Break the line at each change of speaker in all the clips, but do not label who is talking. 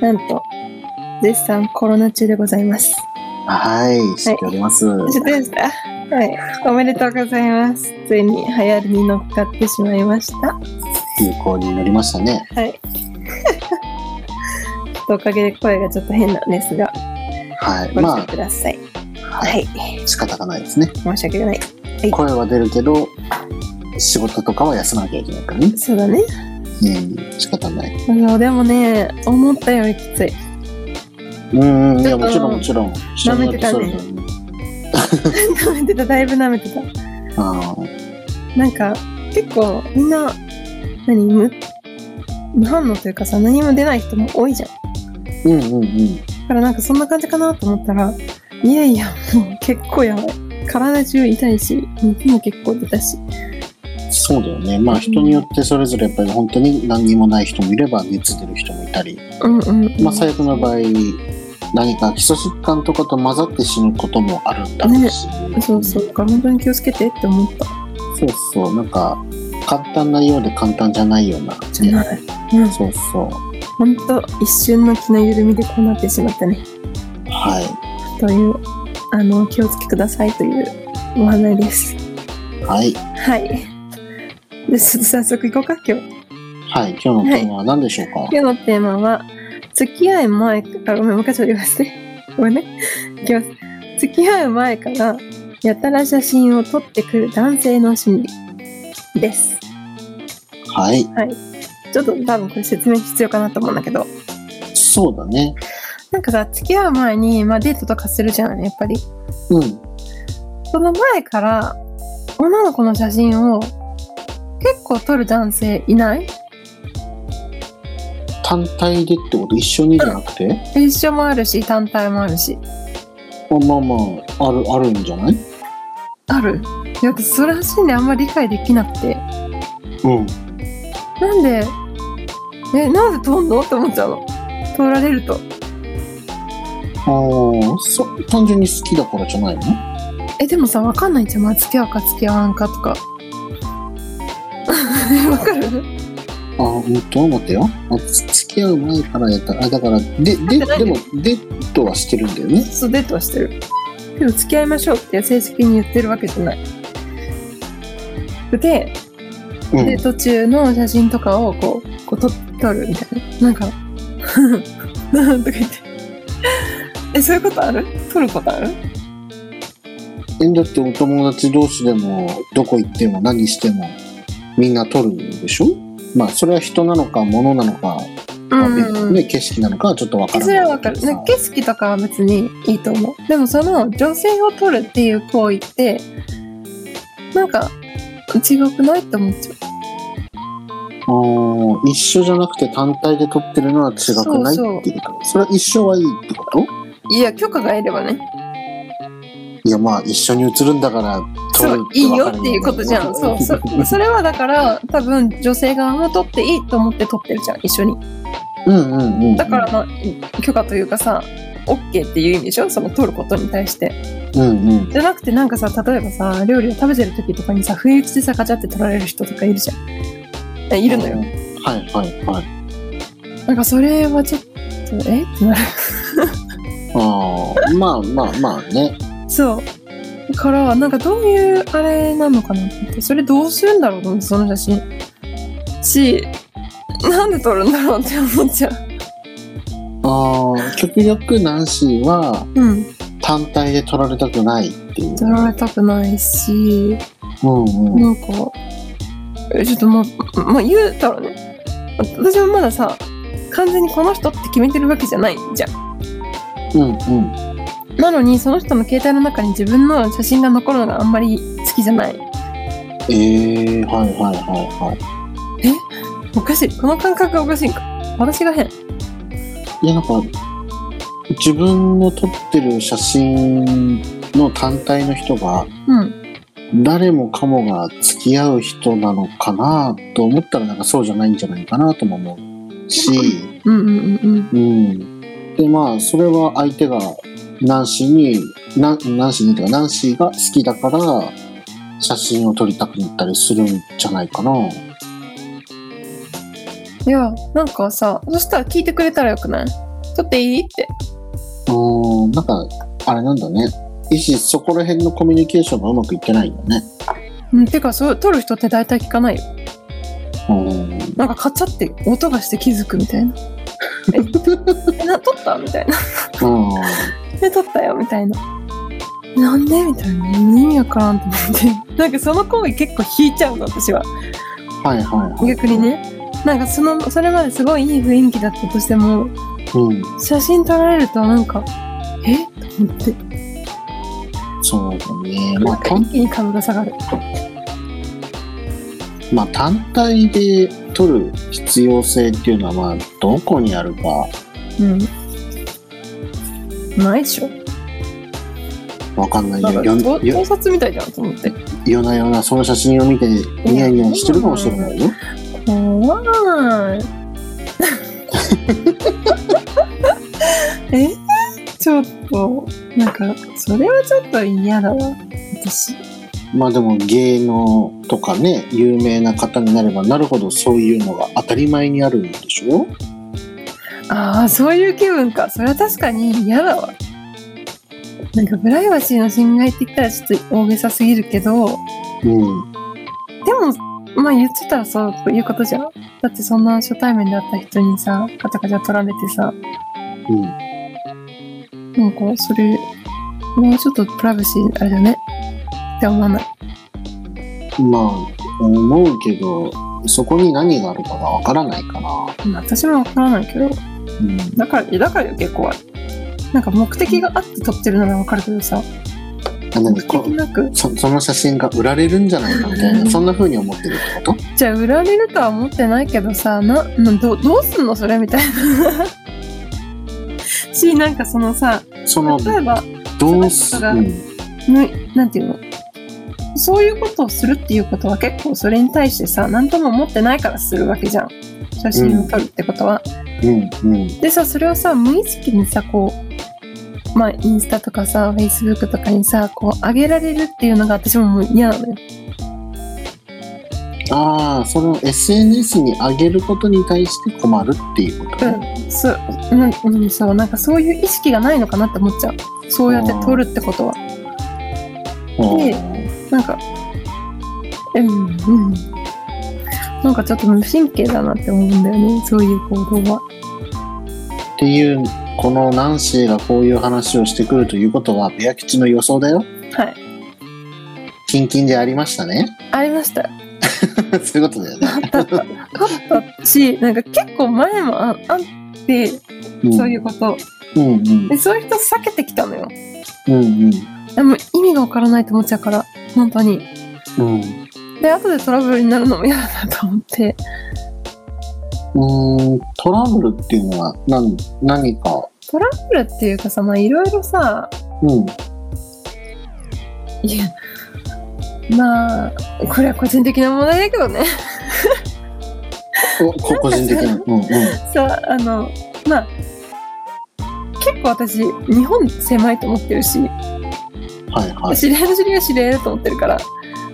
なんと、絶賛コロナ中でございます。
はい、知っております。
知ってましたはい。おめでとうございます。ついに流行りに乗っかってしまいました。
流行になりましたね。
はい。 ちょっとおかげで声がちょっと変なんですが、
はい、
ご
ま
覧ください。
あ、
は。
はいい、仕方がないですね。
申し訳ない。はい
声は出るけど、仕事とかは休まなきゃいけないからね。
そうだね。
うん、仕方ない。
そうでもね、思ったよりきつい。
うん、い
ちょ
や、
っと
もちろん、もちろん。
舐めてたね
人によってそうだよね
舐めてた、だいぶ舐めてた。
あ
なんか、結構みんな、何、無、無反応というかさ、何も出ない人も多いじゃん。
ーうん、うん、うん。
だからなんかそんな感じかなと思ったら、いやいや、もう結構やばい。体中痛いし、肉も結構出たし。
そうだよね。まあ、人によってそれぞれ、やっぱり本当に何にもない人もいれば、熱出る人もいたり、
うんうん、うん。
まあ、最悪の場合、何か基礎疾患とかと混ざって死ぬこともあるんだろうし。
そうそう。だから本当に気をつけてって思った。
そうそう、なんか、簡単なようで簡単じゃないような。
じゃない。うん。
そうそう。
本当一瞬の気の緩みでこうなってしまったね。
は
という、あの、気をつけくださいというお話です。
い。はい。
はい。で、ちょっと早速行こうか、今日。
はい。今日のテーマは何でしょうか、
今日のテーマは、付き合い前から、あごめん、昔よりまして。ごめんね。 いきます。付き合う前から、やたら写真を撮ってくる男性の心理です。
はい。
ちょっと多分これ説明必要かなと思うんだけど、
そうだね。
なんかさ、付き合う前に、まあデートとかするじゃない、やっぱり。
うん。
その前から、女の子の写真を結構撮る男性いない
単体でってこと一緒にじゃなくて
一緒もあるし、単体もあるし。
まあまあまあ、ある、あるんじゃない
あるいや私それ走りにあんまり理解できなくて。
うん。
なんで、え、なんで撮んのって思っちゃうの。撮られると。
ああ、そ、単純に好きだからじゃないの
え、でもさ、わかんないじゃん。まあ、付き合うか付き 合わんかとか。わかる
ああ、うんと、待ってよ。あつ付き合う前からやったら、あ、だから、 で、で、
だって
で
何
も、デートはしてるんだよね。
そう、デートはしてる。けど、付き合いましょうって正式に言ってるわけじゃない。で、
う
デ
ん
ー。ト中の写真とかをこう、こう撮撮るみたいな。なんか、なんとか言って。え、そういうことある撮ることある
え、だってお友達同士でも、どこ行っても何しても、みんな撮るんでしょまあ、それは人なのか、物なのか、まあね、景色なのかはちょっとわから
そ
ない
れはわかる。なんか景色とかは別にいいと思う。でもその女性を撮るっていう行為って、なんか違くないって思っちゃう。
あー一緒じゃなくて単体で撮ってるのは違くない
そうそう
っていうかそれは一緒はいいってこと
いや、許可がいればね。
いやまあ一緒に写るんだから撮
そ
る
う、いいよっていうことじゃん。そう、そ それはだから多分女性側も撮っていいと思って撮ってるじゃん、一緒に。
うんうんうん
だからまあ、許可というかさ、OK っていう意味でしょその撮ることに対して。
うんうん
じゃなくてなんかさ、例えばさ、料理を食べてる時とかにさ、不意打ちでさ、ガチャって撮られる人とかいるじゃん。えいるのよ。
はいはいはい
なんかそれはちょっと、えってなる。
あーまあまあまあね
そう。だから、なんかどういうあれなのかなと思って、それどうするんだろうと思って、その写真。し、なんで撮るんだろうって思っちゃう。
あー極力ナンシーは
うん。
単体で撮られたくないっていう
撮られたくないし、
うんうん
なんか、えちょっとまあ、まあ言うたらね、私もまださ、完全にこの人って決めてるわけじゃないじゃん。
うんうん
なのに、その人の携帯の中に自分の写真が残るのがあんまり好きじゃない。
ええー、はいはいはいは
おかしい。この感覚がおかしいんか。私が変。
いいやなんか自分の撮ってる写真の単体の人が
うん。
誰もかもが付き合う人なのかなと思ったらなんかそうじゃないんじゃないかなとも思うし、
うんうんうんうん。
うん、でまあそれは相手がナンシーになナンシーにというかナンシーが好きだから写真を撮りたくなったりするんじゃないかな。
いや、なんかさ、そしたら聞いてくれたらよくない撮っていいって。
うーん、なんか、あれなんだね。意思、そこら辺のコミュニケーションがうまくいってないよね。
うん、てか、そう、撮る人って大体聞かないよ。
うーん。
なんか、カチャって音がして気づくみたいな。え、 な、撮ったみたいな。
うん。
え、撮ったよみたいな。なんでみたいな。意味わからんと思って。 なんか、その行為結構引いちゃうの、私は。
はいはいはい。
逆にね。なんか、その、それまですごいいい雰囲気だったとしても、
うん。
写真撮られるとなんか、えと思って。
そうだね。ま
な
あ、
んか
単
一気に株が下がる。
まあ、単体で取る必要性っていうのは、まあ、どこにあるか
うん。ないでしょ。
わかんない
なんか
けど、よ
盗盗
よ
撮みたいじゃんと思って。
夜な夜なその写真を見てニヤニヤしてるかもしれないよ。
怖い。えちょっと、なんか、それはちょっと嫌だわ。私。
まあでも芸能とかね、有名な方になればなるほどそういうのが当たり前にあるんでしょ
ああ、そういう気分か。それは確かに嫌だわ。なんか、プライバシーの侵害って言ったらちょっと大げさすぎるけど、
うん。
でも、まあ言ってたらそういうことじゃん。だってそんな初対面で会った人にさ、カチャカチャ取られてさ、
うん。
なんかそれ、もうちょっとプライバシーあれだね。って思わない。
まあ、思うけど、そこに何があるかがわからないかな。
まあ私もわからないけど、
うん。
だから、だからよ結構ある。なんか目的があって撮ってるならわかるけどさ、
あ
目
何こ
的なく、
そその写真が売られるんじゃないかみたいな、そんな風に思ってるってこと
じゃあ売られるとは思ってないけどさ、な、などどうすんのそれみたいな。 し、なんかそのさ、
その、
例えば、
どうす、
その人が
うん、
むなんていうのそういうことをするっていうことは結構それに対してさ何とも思ってないからするわけじゃん写真を撮るってことは。
うん、うん。
でさそれをさ無意識にさこうまあインスタとかさフェイスブックとかにさこう上げられるっていうのが私ももう嫌なのよ。
ああ、その SNS に上げることに対して困るっていうこと、ね
そううんうん、そうなんかそういう意識がないのかなって思っちゃうそうやって撮るってことは。なんかうんうん。なんかちょっと無神経だなって思うんだよねそういう行動は。
っていう、このナンシーがこういう話をしてくるということは、ベア吉の予想だよ。
はい
キンキンでありましたね。
ありました
そういうことだよね。
あったあったあったしなんか結構前もああって
ん
そういうこと
うんうん
でそういう人避けてきたのよ
うん
でも意味がわからないと思っちゃうから本当に
うん
で後でトラブルになるのも嫌だなと思って
うん。うーんトラブルっていうのは何何か、
トラブルっていうかさまあいろいろさ
うん、
いやまあこれは個人的な問題だけどね
おこ個人的な。うんうん、
さあのまあ結構私日本狭いと思ってるし
はいはい。
知り合いの知り合い知り合いだと思ってるから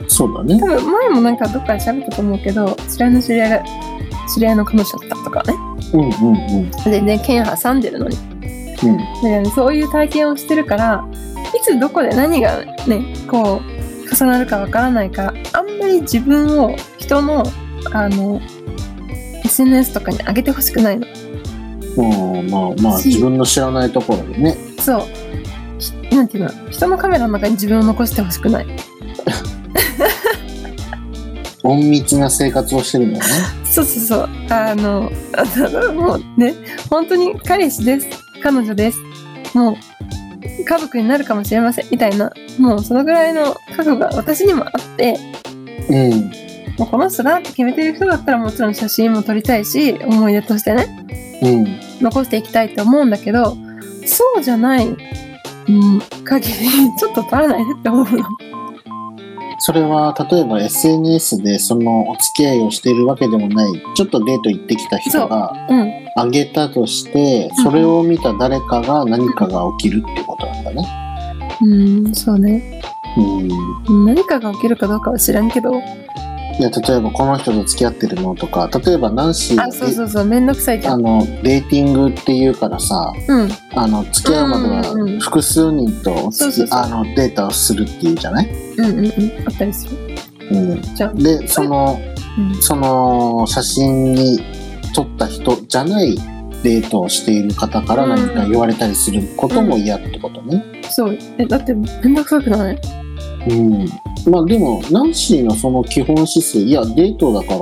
そうだね
多。分前もなんかどっかで喋ったと思うけど知り合いの知り合いが知り合いの彼女だったとかね
うんうんうん
全然剣挟んでるのに
うん。
だからねそういう体験をしてるからいつどこで何がねこう重なるかわからないからあんまり自分を人のあの SNS とかに上げてほしくないの
うん、まあまあ
し
自分の知らないところでね
そうひなんていうの人のカメラの中に自分を残してほしくない
隠密な生活をしてるんだよね
そうそうそうあの あのもうね本当に彼氏です彼女ですもう家族になるかもしれませんみたいなもうそのぐらいの覚悟が私にもあって
うん
もうこの人だって決めてる人だったらもちろん写真も撮りたいし思い出としてね
うん
残していきたいと思うんだけどそうじゃない、うん、限りちょっと撮らないでって思うの。
それは例えば SNS でそのお付き合いをしているわけでもないちょっとデート行ってきた人が
うん、
あげたとしてそれを見た誰かが何かが起きるってことなんだね
うん、そうね
うん
何かが起きるかどうかは知らんけど
いや例えばこの人と付き合ってるのとか例えばナンシー
あ、そうそうそう、めんどくさいじゃ
あ
ん。
のデーティングっていうからさ
うん。
あの付き合うまで
うんうんうん
は複数人とお付き
そうそうそう
あのデータをするっていうじゃない、
うんうんうん。あったりする。
うん、
じゃん。
でその
うん。
その写真に撮った人じゃないデートをしている方から何か言われたりすることも嫌ってことね。
そう。え、だって、めんどくさくない
うんまあでもナンシーのその基本姿勢いやデートだか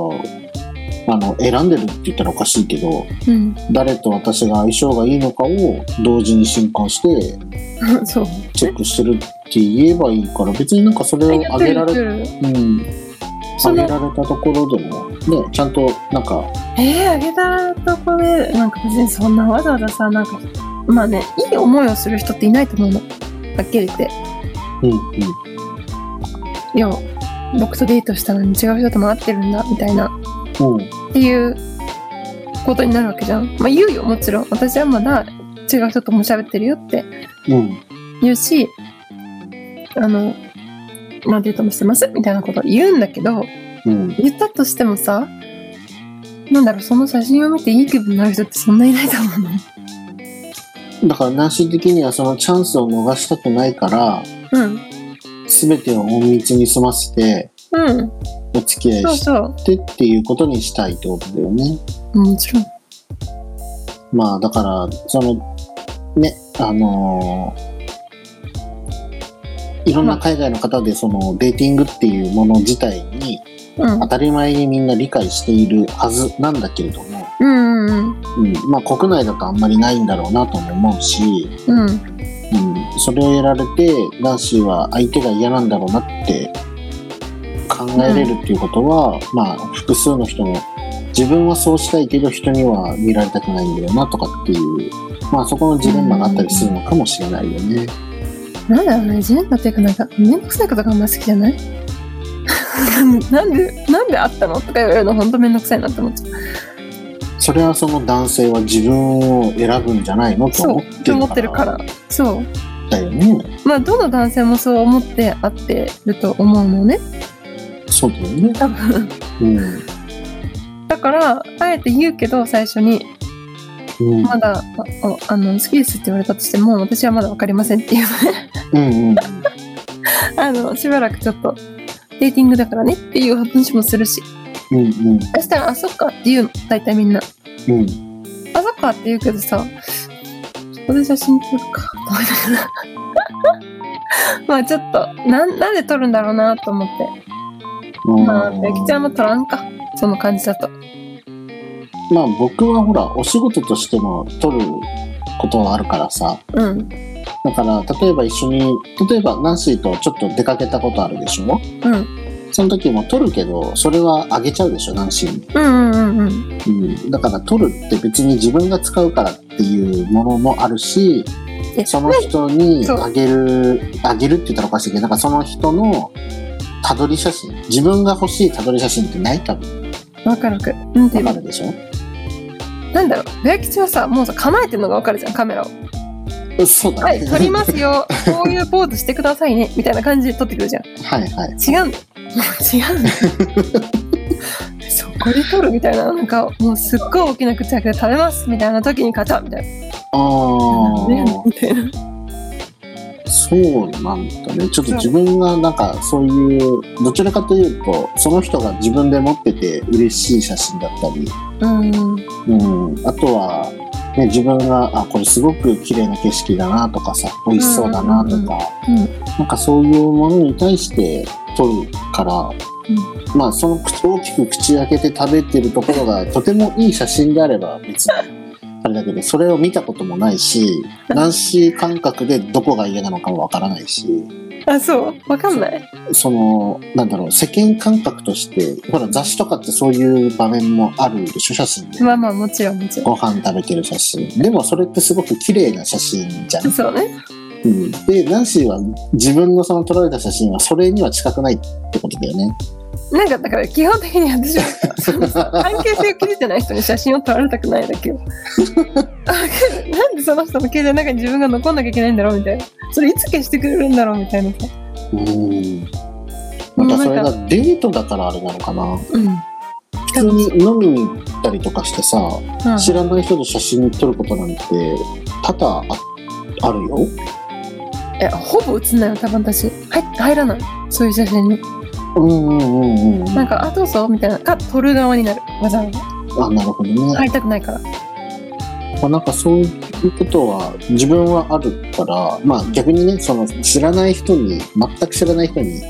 らあの選んでるって言ったらおかしいけど
うん。
誰と私が相性がいいのかを同時に進行して
そう。
チェックしてるって言えばいいから別になんかそれをあげられ,、うん、
そ
あげ
の
られたところでもねちゃんとなんか
えー、あげたとこで、なんか別にそんなわざわざさ、なんか、まあね、いい思いをする人っていないと思うの。はっきり言って。
うんうん
いや、僕とデートしたのに違う人とも会ってるんだ、みたいな。
うん
っていうことになるわけじゃん。まあ言うよ、もちろん。私はまだ違う人とも喋ってるよって
うん
言うし、あの、まあデートもしてます、みたいなこと言うんだけど、
うん
言ったとしてもさ、なんだろう、その写真を見ていい気分になる人ってそんないないと思うの。
だからナンシー的にはそのチャンスを逃したくないから
うん。
全てを隠密に済ませて
うん、
お付き合
そ
いうし
そ
てっていうことにしたいってことだよね。
う。もちろん。
まあだからそのねあのーいろんな海外の方でそのデーティングっていうもの自体に
うん
当。たり前にみんな理解しているはずなんだけれども、
うんうん
うん、まあ国内だとあんまりないんだろうなとも思うし、
うん。うん。
うん、それをやられて男子は相手が嫌なんだろうなって考えれるっていうことは、まあ複数の人も自分はそうしたいけど人には見られたくないんだよなとかっていうまあそこのジレンマがあったりするのかもしれないよね。
なんだろうね、ジレンマっていうか、なんか、めんどくさいことがあんま好きじゃない なんで、なんであったのとか言われるの、ほんとめんどくさいなって思っちゃう。
それはその男性は自分を選ぶんじゃないのと
そう、
思
っ
ってて
思ってる
る
か
から
ら。そう。
だよね。
まあ、どの男性もそう思って会ってると思うのね。
そうだよね。
多分。
うん。
だから、あえて言うけど、最初に、
うん。
まだ、あああの、好きですって言われたとしても、私はまだわかりませんっていう
うんうん。
あの、しばらくちょっと、デーティングだからねっていう話もするし、
うんうん
そしたら、あ、そっかって言うの、大体みんな。あ、
うん。
そっかって言うけどさ、そこで写真撮るか、と思いながら。 まあちょっと、なん、なんで撮るんだろうなと思って。まあ、
うん
ゆきちゃんも撮らんか。その感じだと。
まあ僕はほらお仕事としても取ることはあるからさ
うん。
だから例えば一緒に例えばナンシーとちょっと出かけたことあるでしょ
うん。
その時も取るけどそれはあげちゃうでしょナンシー
うんうんうんうん。
に、うん、だから取るって別に自分が使うからっていうものもあるし
え
その人に
そう
あげるあげるって言ったらおかしいけどなんかその人のたどり写真自分が欲しいたどり写真ってない多分
わかるわかる。なんてい
わ
う
か
の
るでしょ
なんだろう。ゆきちはさ、もうさ、構えてるのがわかるじゃん、カメラを。
そうだ
はい、
ね、
撮りますよ。こういうポーズしてくださいね。みたいな感じで撮ってくるじゃん。
はいはい
違うんだよ違うんだよそこで撮るみたいななんかもうすっごい大きな口開けて食べますみたいな時に買ったみたいな
ああ
ねみたいな
そうなんだね。ちょっと自分がなんかそういう、どちらかというと、その人が自分で持ってて嬉しい写真だったり、
うん
うん、あとは、ね、自分が、あ、これすごく綺麗な景色だなとかさ、美味しそうだなとか、
うんうんうんうん
なんかそういうものに対して撮るから、まあその口大きく口開けて食べてるところがとてもいい写真であれば別に。あれだけどそれを見たこともないし男子感覚でどこが嫌なのかもわからないし
あそうわかんない
そのなんだろう世間感覚としてほら雑誌とかってそういう場面もあるでしょ写真で、
まあまあもちろんもちろ
ご飯食べてる写真でもそれってすごく綺麗な写真じゃん
ん、そうね
うん、でナンシーは自分のその撮られた写真はそれには近くないってことだよね
なんかだから基本的に私はその関係性を切れてない人に写真を撮られたくないだけよ なんでその人の携帯の中に自分が残んなきゃいけないんだろうみたいなそれいつ消してくれるんだろうみたいなさ
うんまたそれ
もうな
が
ん
デートだからあれなのかな
うん。
普通に飲みに行ったりとかしてさ
うん
知らない人と写真撮ることなんて多々ああるよ
え、ほぼ映んないよ、多分私。入入らない。そういう写真に。
うんうんうんうん
なんか、あ、どうぞみたいな。か、撮る側になる。わざわざ。
あなるほどね、
入りたくないから。
まあ、なんかそういうことは自分はあるから、まあ、逆にねその知らない人に全く知らない人に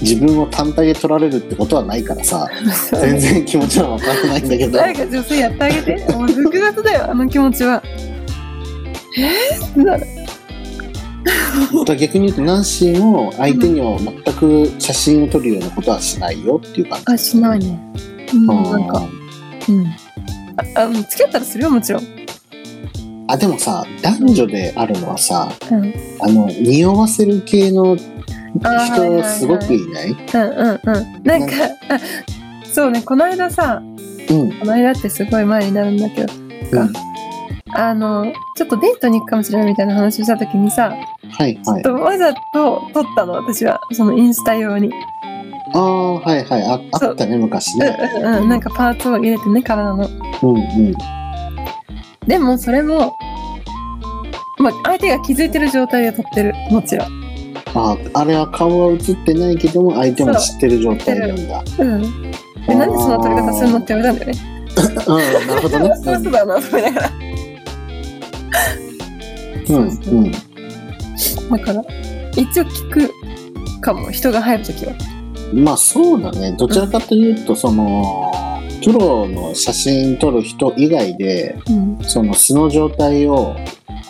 自分を単体で撮られるってことはないからさ全然気持ちは分からないんだけど
誰か女性やってあげて。もう複雑だよ、あの気持ちは。えー、ってなる。
だから逆に言うとナンシーも相手には全く写真を撮るようなことはしないよっていう感じ。
あ、しないね。うん、
うん
なんか、うん。あ、あの付き合ったらするよ、もちろん。
あでもさ男女であるのはさ
うん。うん、
あの匂わせる系の
あーはいはいは
人
い
すごくいない
うん、うん。なんか、あそうね、この間さ、
うん
この間ってすごい前になるんだけど、
うん
あの、ちょっとデートに行くかもしれないみたいな話をした時にさ、
はいはい
ちょっとわざと撮ったの、私は。そのインスタ用に。
ああはいはいああったね昔
う
ね
んうんうん。なんかパーツを入れてね、体の。
うんうん
でもそれも、まあ、相手が気づいてる状態で撮ってるもちろん、
ああれは顔は映ってないけども相手も知ってる状態なんだ
うん、でなんでその撮り方するのって言われたんだよね
うんなるほどね
そ うそうだなと思いながら
うん
そうそう
うん
だから一応聞くかも人が入るときは
うんまあそうだねどちらかというとそのプロの写真撮る人以外で
うん
その素の状態を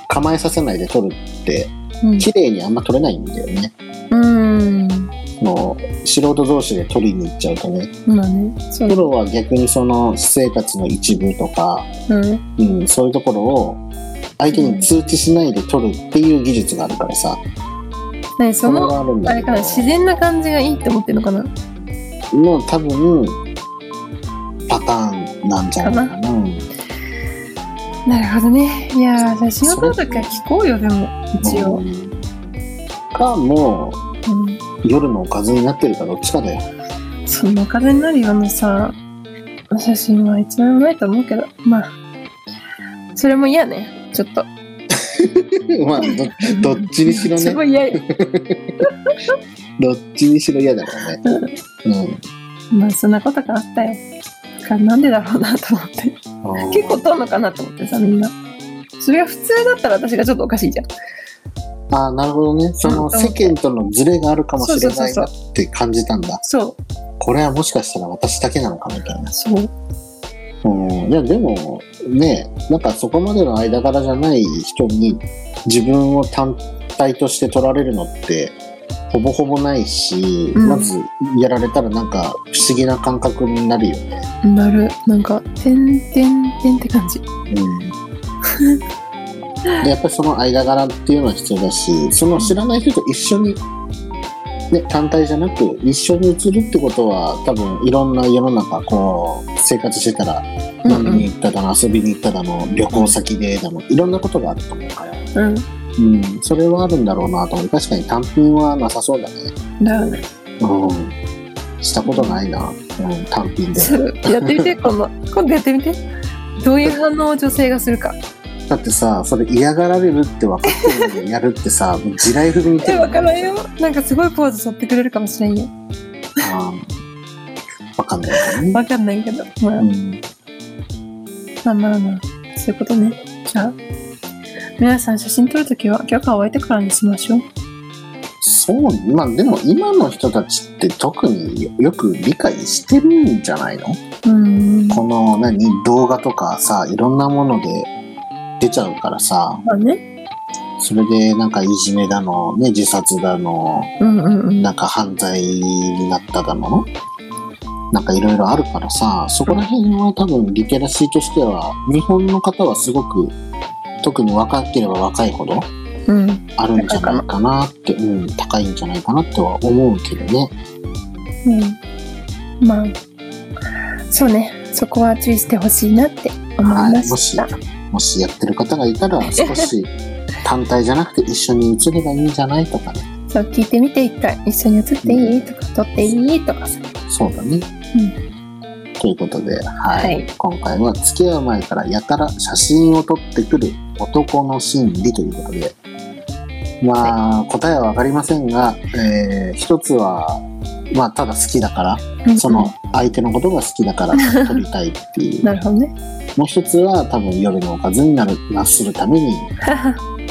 構えさせないで撮るって
うん
綺麗にあんま撮れないんだよね
うん
もう素人同士で撮りに行っちゃうとね
まあねそう
プロは逆にその私生活の一部とか、
うん
うん、そういうところを相手に通知しないで撮るっていう技術があるからさ、
何そ
それ
の
があるん
あ
だ
れ
け
か
ど
な自然な感じがいいって思ってるのかな
もう多分パターンなんじゃないかな
なるほどねいやー写真を撮るときは聞こうよでも一応、
うんかも
うん、
う夜のおかずになってるかどっちかだよ
そんな風になるようなさ写真は一番ないと思うけどまあそれも嫌ねちょっと
まあどどっちにしろ
す
ね
ごい嫌よ
どっちにしろ嫌だからねうん
まあそんなことがあったよだからなんでだろうなと思って
あー
結構撮んのかなと思ってさみんなそれが普通だったら私がちょっとおかしいじゃん
あーなるほどねその世間とのズレがあるかもしれないなって感じたんだ
そ
これはもしかしたら私だけなのかみたいな
うそう
うんいやでもねなんかそこまでの間柄じゃない人に自分を単体として取られるのってほぼほぼないし、
うん
まずやられたらなんか不思議な感覚になるよね。
なるなんか「てんてんてん」って感じ
うん、でやっぱりその間柄っていうのは必要だしその知らない人と一緒に、ね、単体じゃなく一緒に移るってことは多分いろんな世の中こう生活してたら飲みに行っただの、遊びに行っただの、旅行先でだの、いろんなことがあると思うから、
うん
うん、それはあるんだろうなと思う。確かに単品はなさそうだね。
だよね
うん。したことないな、うん、単品で。
そうやってみて今度今度やってみてどういう反応を女性がするか
だってさ、それ嫌がられるって分かってるのにやるってさ、もう地雷踏みに行って
え、
る
わからんよ。なんかすごいポーズ取ってくれるかもしれんよ。
分かんないよね。
わかんないけど。まあ
う、ん、
まあまあまあ。そういうことね。じゃあ、皆さん写真撮るときは許可を得てからにしましょう。
そう、まあでも今の人たちって特によく理解してるんじゃないの
うーん。ま
この何動画とかさいろんなもので出ちゃうからさ
あね。
それでなんかいじめだの、ね、自殺だの
うんうんうん。
なんか犯罪になっただのなんかいろいろあるからさそこら辺は多分リテラシーとしては日本の方はすごく特に若ければ若いほど
うん。
あるんじゃないかなってうん、高いんじゃないかなとは思うけどね。
うん。まあ、そうね。そこは注意してほしいなって思い
は
ま
い、もし
した。
もしやってる方がいたら少し単体じゃなくて一緒に移ればいいんじゃないとかね。
そう、聞いてみて一回。一緒に写っていいとか。撮っていいとかさ。
そうだね。ということで、はい、
はい。
今回は付き合う前からやたら写真を撮ってくる男の心理ということで、まあ、答えは分かりませんが、えー一つは、まあ、ただ好きだから、その相手のことが好きだから撮りたいってい う
なるほどね。
もう一つは多分夜のおかずになるなするために
わ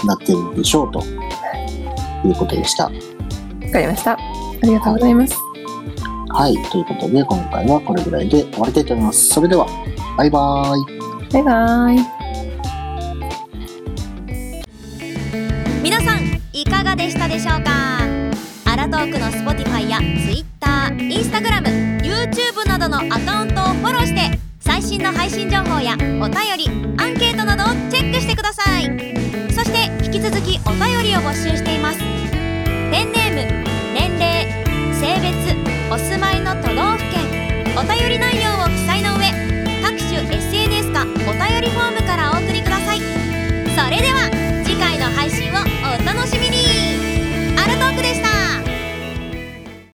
なってるんでしょうということでした。
かりました。ありがとうございます。
はい、ということで今回はこれぐらいで終わりたいと思います。それでは、バイバーイ。
バイバイ。
皆さんいかがでしたでしょうかアラトークの Spotify や TwitterInstagramYouTube などのアカウントをフォローして最新の配信情報やお便りアンケートなどをチェックしてくださいそして引き続きお便りを募集していますペンネーム年齢性別お住まいの都道府県お便り内容を記載の上各種 SNS